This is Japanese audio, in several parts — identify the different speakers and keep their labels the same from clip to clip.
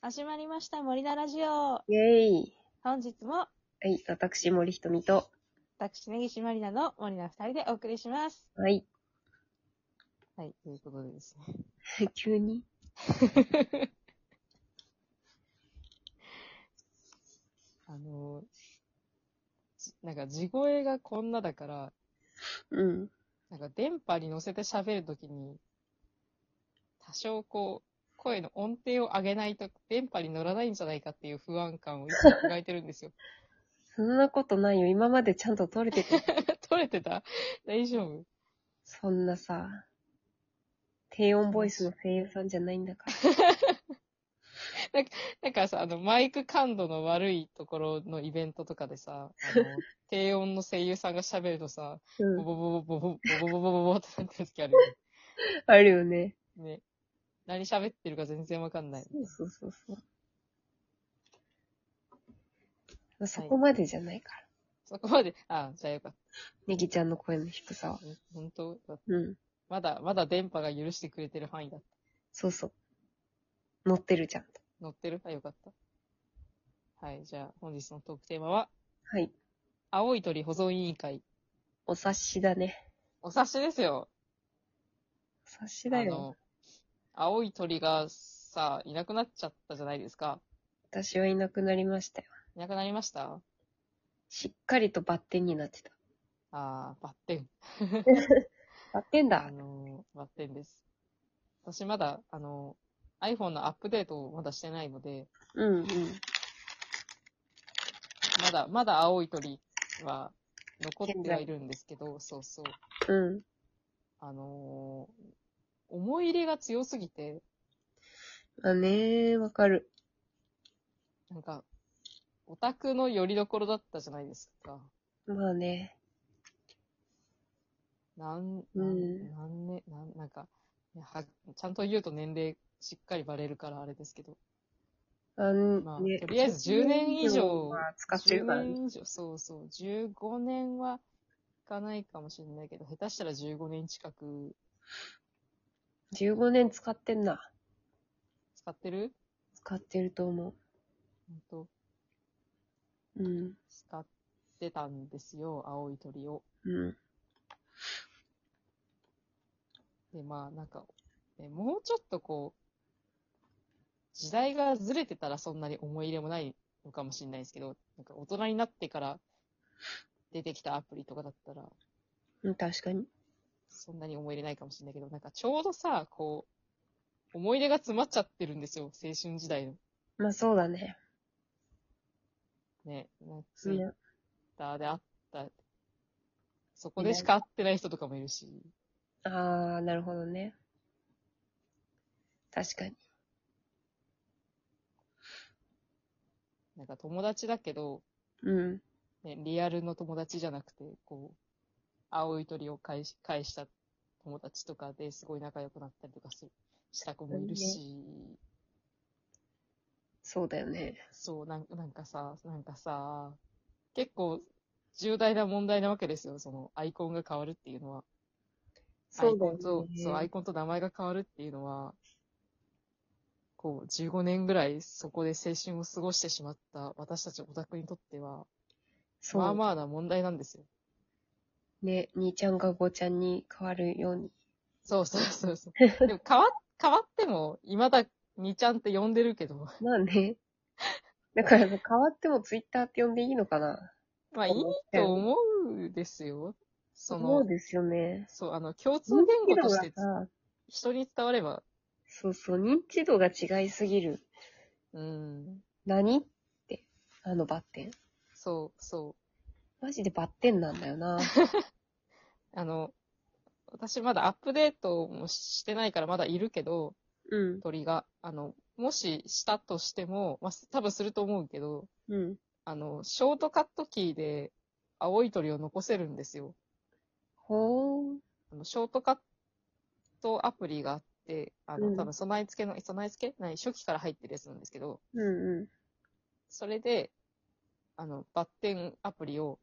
Speaker 1: 始まりました、森菜ラジオ。
Speaker 2: イェーイ。
Speaker 1: 本日も、
Speaker 2: はい、私、森ひとみと。
Speaker 1: 私、根岸まりなの森菜二人でお送りします。
Speaker 2: はい。
Speaker 1: はい、ということでですね。
Speaker 2: 急に
Speaker 1: あのー、じなんか、地声がこんなだから、
Speaker 2: うん。
Speaker 1: なんか、電波に乗せて喋るときに、多少こう、声の音程を上げないと、電波に乗らないんじゃないかっていう不安感をいつも抱えてるんですよ。
Speaker 2: そんなことないよ。今までちゃんと取れてた。
Speaker 1: 取れてた大丈夫
Speaker 2: そんなさ、低音ボイスの声優さんじゃないんだから。
Speaker 1: なんかさ、あの、マイク感度の悪いところのイベントとかでさ、あの、低音の声優さんが喋るとさ、
Speaker 2: う
Speaker 1: ボボ
Speaker 2: ん。
Speaker 1: ボボボボボボボボボボってなってる時あるよ
Speaker 2: あるよね。
Speaker 1: ね。ね。何喋ってるか全然わかんない。
Speaker 2: そうそうそうそう。そこまでじゃないから。
Speaker 1: そこまで、あ、じゃあよかっ
Speaker 2: ネギちゃんの声の低さは。
Speaker 1: た。本当よかった
Speaker 2: うん。
Speaker 1: まだ、まだ電波が許してくれてる範囲だった。
Speaker 2: そうそう。乗ってるちゃんと。
Speaker 1: 乗ってるあ、よかった。はい、じゃあ本日のトークテーマは、
Speaker 2: はい。
Speaker 1: 青い鳥保存委員会。
Speaker 2: お察しだね。
Speaker 1: お察しですよ。
Speaker 2: お察しだ
Speaker 1: あ
Speaker 2: よ。
Speaker 1: の、青い鳥がさ、いなくなっちゃったじゃないですか。
Speaker 2: 私はいなくなりましたよ。
Speaker 1: いなくなりました
Speaker 2: しっかりとバッテンになってた。
Speaker 1: ああ、バッテン。
Speaker 2: バッテンだ
Speaker 1: あ。のーバッテンです。私まだ、あのー iPhone のアップデートをまだしてないので、
Speaker 2: うんうん。
Speaker 1: まだ、まだ青い鳥は残ってはいるんですけど、そうそう。
Speaker 2: うん。
Speaker 1: あのー思い入れが強すぎて、
Speaker 2: まあねー、わかる。
Speaker 1: なんか、オタクの拠り所だったじゃないですか。
Speaker 2: まあね。
Speaker 1: なん、
Speaker 2: う
Speaker 1: なん
Speaker 2: ん、
Speaker 1: なんね、なん、なんか、いやはちゃんと言うと年齢しっかりバレるからあれですけど。
Speaker 2: あん
Speaker 1: まあ
Speaker 2: ね
Speaker 1: とりあえず10年以上
Speaker 2: まあ使ってるから
Speaker 1: 10
Speaker 2: ね。
Speaker 1: 年以上、そうそう。15年はいかないかもしれないけど、下手したら15年近く
Speaker 2: 15年使ってんな。
Speaker 1: 使ってる
Speaker 2: 使ってると思
Speaker 1: 本当
Speaker 2: う。うん。
Speaker 1: 使ってたんですよ、青い鳥を。
Speaker 2: うん。
Speaker 1: で、まあ、なんか、ねもうちょっとこう、時代がずれてたらそんなに思い入れもないのかもしれないですけど、なんか大人になってから出てきたアプリとかだったら、
Speaker 2: うん、確かに。
Speaker 1: そんなに思い入れないかもしれないけど、なんかちょうどさ、こう、思い出が詰まっちゃってるんですよ、青春時代の。
Speaker 2: まあそうだね。
Speaker 1: ね、なんかツイッ
Speaker 2: ね
Speaker 1: ターであった、そこでしか会ってない人とかもいるし、
Speaker 2: あー、なるほどね。確かに。
Speaker 1: なんか友達だけど、
Speaker 2: うん。
Speaker 1: ね、リアルの友達じゃなくて、こう、青い鳥を返し、返した友達とかですごい仲良くなったりとかする、した子もいるし、
Speaker 2: そうだよね。
Speaker 1: そう、なんなんかさ、なんかさ、結構重大な問題なわけですよ、そのアイコンが変わるっていうのは。
Speaker 2: そうだよ
Speaker 1: アイコ
Speaker 2: ね
Speaker 1: ン。と、そう、アイコンと名前が変わるっていうのは、こう、15年ぐらいそこで青春を過ごしてしまった私たちオタクにとっては、
Speaker 2: そう。
Speaker 1: まあまあな問題なんですよ。
Speaker 2: ね、兄ちゃんが5ちゃんに変わるように。
Speaker 1: そうそうそう そう。でも変わ、変わっても、今だ、にちゃんって呼んでる けど、
Speaker 2: まあね。だから変わってもツイッターって呼んでいいのかな
Speaker 1: まあいいと思うですよ。そ
Speaker 2: そう
Speaker 1: の、
Speaker 2: ですよね。
Speaker 1: そう、あの、共通言語として
Speaker 2: 認知度がさ
Speaker 1: 人に伝われば、
Speaker 2: そうそう、認知度が違いすぎる。
Speaker 1: うん、
Speaker 2: 何って、あのバッテン。
Speaker 1: そう、そ
Speaker 2: マジでバッテンなんだよ な。
Speaker 1: う。あの、私まだアップデートもしてないからまだいるけど、
Speaker 2: うん。
Speaker 1: 鳥が。あの、もししたとしても、まあ、多分すると思うけど、
Speaker 2: うん。
Speaker 1: あの、ショートカットキーで青い鳥を残せるんですよ。
Speaker 2: ほー。
Speaker 1: あの、ショートカットアプリがあって、あの、
Speaker 2: うん
Speaker 1: 多分備え付けの、備え付けない、初期から入ってるやつなんですけど、
Speaker 2: うんう
Speaker 1: それで、あの、バッテンアプリを、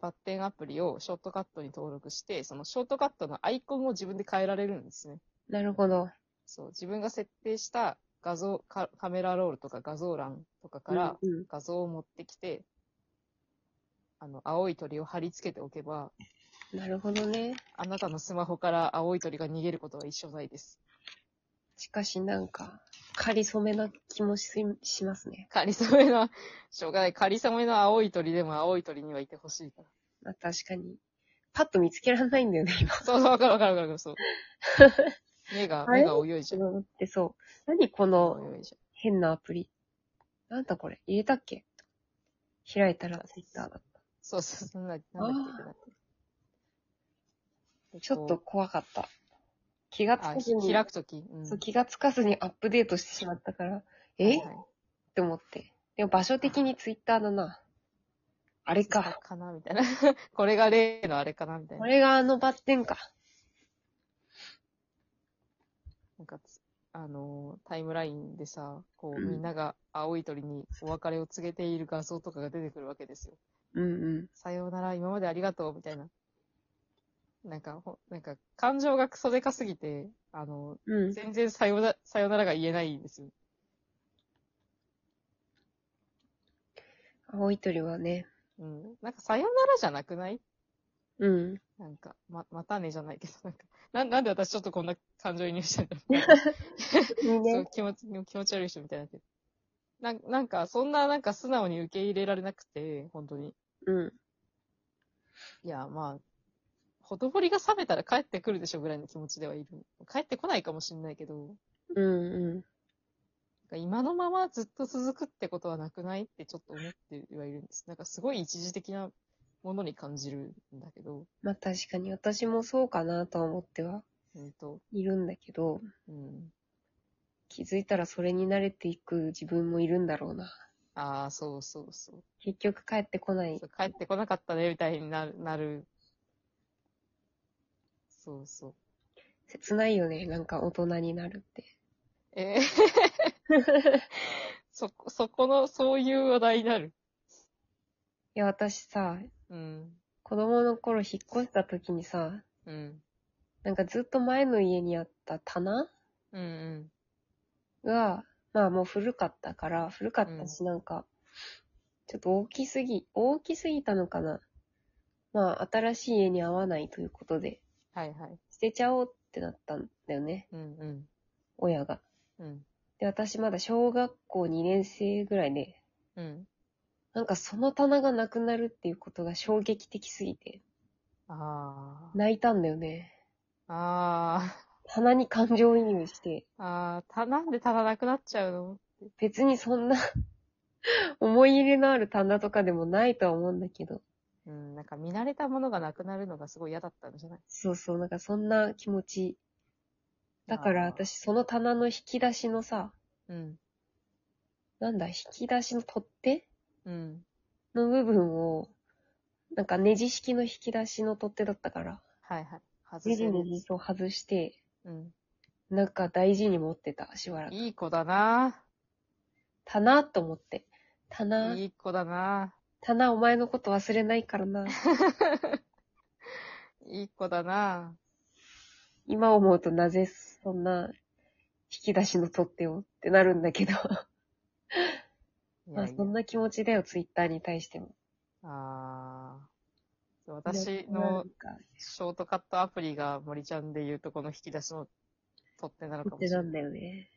Speaker 1: バッテンアプリをショートカットに登録して、そのショートカットのアイコンを自分で変えられるんですね。
Speaker 2: ん。なるほど。
Speaker 1: そう、自分が設定した画像カ、カメラロールとか画像欄とかから
Speaker 2: うんうん
Speaker 1: 画像を持ってきて、あの、青い鳥を貼り付けておけば、
Speaker 2: なるほどね。
Speaker 1: あなたのスマホから青い鳥が逃げることは一生ないです。
Speaker 2: しかしなんか、仮り染めな気もししますね。
Speaker 1: 仮りそめの、しょうがない。仮りそめの青い鳥でも青い鳥にはいてほしいから。
Speaker 2: まあ、確かに。パッと見つけられないんだよね、今。
Speaker 1: そうそう、わかるわかるわかる、そう。目が、
Speaker 2: あれ
Speaker 1: 目が泳いじゃん。
Speaker 2: 思ってそう。何この
Speaker 1: 泳いじ
Speaker 2: 変なアプリ。なんだこれ入れたっけ開いたらツイッターだっ
Speaker 1: そうそう、そんな、なんだっけなんだっけ
Speaker 2: た。ちょっと、怖かった。気がつ
Speaker 1: あ
Speaker 2: かず、に、
Speaker 1: 開くとき。うん
Speaker 2: そう気がつかずにアップデートしてしまったから、え、
Speaker 1: はい
Speaker 2: っ
Speaker 1: はい
Speaker 2: て思って。でも場所的にツイッターだな。あれか。
Speaker 1: かなみたいな。 これが例のあれかなみたい
Speaker 2: こ
Speaker 1: な。
Speaker 2: れがあのバッテンか。
Speaker 1: なんかつ、あのータイムラインでさ、こう、
Speaker 2: うん
Speaker 1: みんなが青い鳥にお別れを告げている画像とかが出てくるわけですよ。
Speaker 2: うんうん。
Speaker 1: さようなら、今までありがとう、みたいな。なんか、ほなんか、感情がクソデカすぎて、あの
Speaker 2: う
Speaker 1: ー
Speaker 2: ん。
Speaker 1: 全然さような、さよならが言えないんですよ。
Speaker 2: 青い鳥はね。
Speaker 1: うん。なんか、さよならじゃなくない
Speaker 2: うん。
Speaker 1: なんか、ま、またねじゃないけど、なんか、なんなんで私ちょっとこんな感情移入してんだろう
Speaker 2: いい
Speaker 1: そう
Speaker 2: ね。
Speaker 1: 気持ち、気持ち悪い人みたいになってるなんなんか、そんな、なんか素直に受け入れられなくて、本当に。
Speaker 2: うん。
Speaker 1: いや、まあ、ほとぼりが冷めたら帰ってくるでしょぐらいの気持ちではいる。帰ってこないかもしんないけど、なん
Speaker 2: うんう
Speaker 1: か今のままずっと続くってことはなくないってちょっと思ってはいるんです。なんかすごい一時的なものに感じるんだけど、
Speaker 2: ん。まあ確かに私もそうかなとは思っては
Speaker 1: うんと、
Speaker 2: いるんだけど、
Speaker 1: うん。
Speaker 2: 気づいたらそれに慣れていく自分もいるんだろうな。
Speaker 1: ああ、そうそうそう。
Speaker 2: 結局帰ってこない
Speaker 1: そ。う帰ってこなかったね、みたいになる、なる。そうそう。
Speaker 2: 切ないよね。なんか大人になるって。
Speaker 1: えー そこ、そこの、そういう話題になる。
Speaker 2: いや、私さ、
Speaker 1: うん。
Speaker 2: 子供の頃引っ越した時にさ、
Speaker 1: うん。
Speaker 2: なんかずっと前の家にあった棚
Speaker 1: うんうん。
Speaker 2: が、まあもう古かったから、古かったし、なんか、ちょっと大きすぎ、大きすぎたのかな。まあ、新しい家に合わないということで、
Speaker 1: はいはい。
Speaker 2: 捨てちゃおうってなったんだよね、
Speaker 1: うん
Speaker 2: 親が。
Speaker 1: うん。うん。
Speaker 2: で、私まだ小学校2年生ぐらいで、
Speaker 1: うん。
Speaker 2: なんかその棚がなくなるっていうことが衝撃的すぎて、
Speaker 1: あー。
Speaker 2: 泣いたんだよね。
Speaker 1: あ
Speaker 2: 棚に感情移入して、
Speaker 1: ー。あー。た、なんでただなくなっちゃうの
Speaker 2: 別にそんな 思い入れのある棚とかでもないとは思うんだけど、
Speaker 1: うん。なんか見慣れたものがなくなるのがすごい嫌だったんじゃない
Speaker 2: そうそう、なんかそんな気持ち。だから
Speaker 1: あー
Speaker 2: 私、その棚の引き出しのさ、
Speaker 1: うん。
Speaker 2: なんだ、引き出しの取っ手
Speaker 1: うん。
Speaker 2: の部分を、なんかネジ式の引き出しの取っ手だったから、
Speaker 1: はいはい。外
Speaker 2: ネジ
Speaker 1: せ
Speaker 2: ネ
Speaker 1: る。
Speaker 2: ジと外して、
Speaker 1: うん。
Speaker 2: なんか大事に持ってた、しばらく。
Speaker 1: いい子だな
Speaker 2: 棚と思って。棚、
Speaker 1: いい子だな
Speaker 2: 棚お前のこと忘れないからな。
Speaker 1: いい子だな
Speaker 2: 今思うとなぜそんな引き出しの取っ手をってなるんだけど、
Speaker 1: いや
Speaker 2: まあ
Speaker 1: いや
Speaker 2: そんな気持ちだよ、ツイッターに対しても。
Speaker 1: あー。私の
Speaker 2: なんか
Speaker 1: ショートカットアプリが森ちゃんで言うとこの引き出しの取っ手なのかも
Speaker 2: っ
Speaker 1: してれな。
Speaker 2: ないんだよね。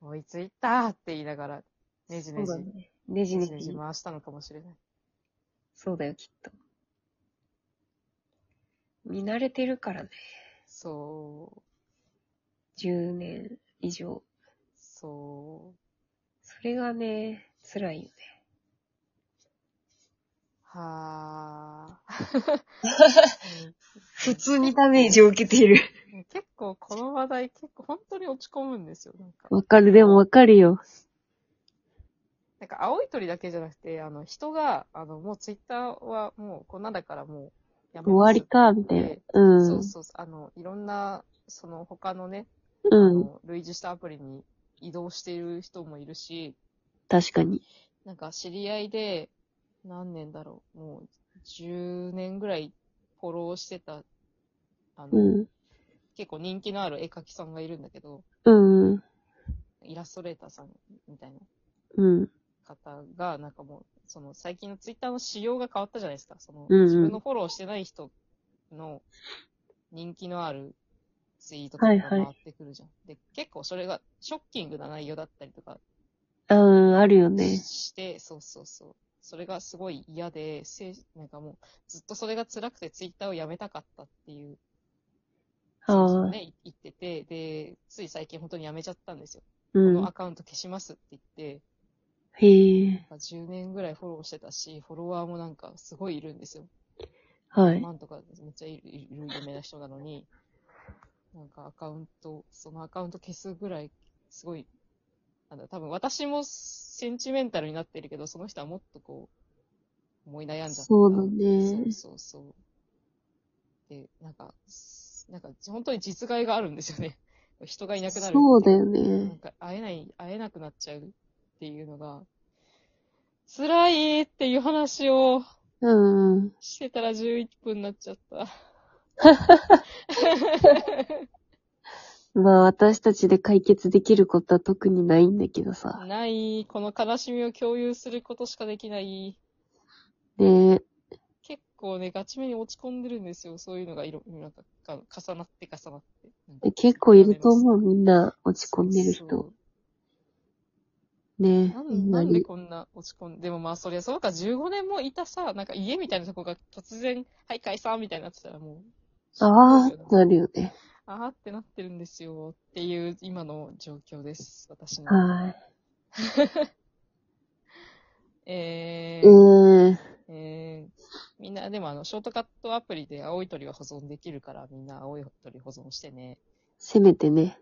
Speaker 1: 追いついたって言いながら、ねじねじ
Speaker 2: そう、だね。ねじ
Speaker 1: ね
Speaker 2: ね
Speaker 1: じね
Speaker 2: じ
Speaker 1: じ。回したのかもしれない。
Speaker 2: そうだよ、きっと。見慣れてるからね。
Speaker 1: そう、
Speaker 2: 10年以上。
Speaker 1: そう。
Speaker 2: それがね、辛いよね。
Speaker 1: はー
Speaker 2: 普通にダメージを受けている。
Speaker 1: うん結構この話題結構本当に落ち込むんですよ。なんか、
Speaker 2: わかる、でもわかるよ。
Speaker 1: なんか青い鳥だけじゃなくて、あの人が、あのもうツイッターはもうこんなんだからもうやめます
Speaker 2: 終わりか、みたいな。う
Speaker 1: そ
Speaker 2: ん
Speaker 1: う。そうそう。あの、いろんな、その他のね、あ
Speaker 2: うん。
Speaker 1: の類似したアプリに移動している人もいるし、
Speaker 2: 確かに。
Speaker 1: なんか知り合いで、何年だろう、もう10年ぐらいフォローしてた、あの、
Speaker 2: うん。
Speaker 1: 結構人気のある絵描きさんがいるんだけど、
Speaker 2: うん。
Speaker 1: イラストレーターさんみたいな
Speaker 2: うん。
Speaker 1: 方が、なんかもう、その最近のツイッターの仕様が変わったじゃないですか。その、
Speaker 2: うんうん
Speaker 1: 自分のフォローしてない人の人気のあるツイートとか
Speaker 2: はい
Speaker 1: が
Speaker 2: はい
Speaker 1: 回ってくるじゃん。で、結構それがショッキングな内容だったりとか
Speaker 2: うん、あるよね。
Speaker 1: して、そうそうそう。それがすごい嫌で、せなんかもう、ずっとそれが辛くてツイッターをやめたかったっていう、
Speaker 2: あ
Speaker 1: そう
Speaker 2: あ、
Speaker 1: ね、い言ってて、で、つい最近本当にやめちゃったんですよ。
Speaker 2: う
Speaker 1: この
Speaker 2: ん。
Speaker 1: アカウント消しますって言って、
Speaker 2: へえ、
Speaker 1: なんか10年ぐらいフォローしてたし、フォロワーもなんかすごいいるんですよ。
Speaker 2: はい。
Speaker 1: 万とかめっちゃいるいる有名な人なのに、なんかアカウント、そのアカウント消すぐらい、すごい、なんだ、多分私もセンチメンタルになってるけど、その人はもっとこう、思い悩んじゃった。
Speaker 2: そうだ
Speaker 1: そ
Speaker 2: ね
Speaker 1: うそうそう。で、なんか、すなんか本当に実害があるんですよね。 人がいなくなる。
Speaker 2: そうだよ
Speaker 1: なん
Speaker 2: ね。
Speaker 1: か会えない、会えなくなっちゃうっていうのが、辛いっていう話を
Speaker 2: うん。
Speaker 1: してたら11分になっちゃ った。
Speaker 2: まあ私たちで解決できることは特にないんだけどさ。
Speaker 1: ない、この悲しみを共有することしかできない。
Speaker 2: ねえ。
Speaker 1: 結構ね、ガチめに落ち込んでるんですよ。そういうのがいろ、なんか、か重なって重なって。なんか
Speaker 2: で結構いると思う、みんな落ち込んでる
Speaker 1: そう
Speaker 2: 人。
Speaker 1: そう
Speaker 2: ねえ、
Speaker 1: な
Speaker 2: み
Speaker 1: ん
Speaker 2: ん
Speaker 1: な
Speaker 2: なん
Speaker 1: で
Speaker 2: に。
Speaker 1: こんな落ち込んで、でもまあそりゃそうか、15年もいたさ、なんか家みたいなとこが突然、はい解散みたいになってたらもう、
Speaker 2: ああ、
Speaker 1: そうだよね
Speaker 2: なるよね。
Speaker 1: あーってなってるんですよっていう今の状況です、私の。
Speaker 2: は
Speaker 1: え
Speaker 2: い。ええ
Speaker 1: ー、
Speaker 2: ー、
Speaker 1: えー、みんな、でもあの、ショートカットアプリで青い鳥は保存できるから、みんな青い鳥保存してね。
Speaker 2: せめてね。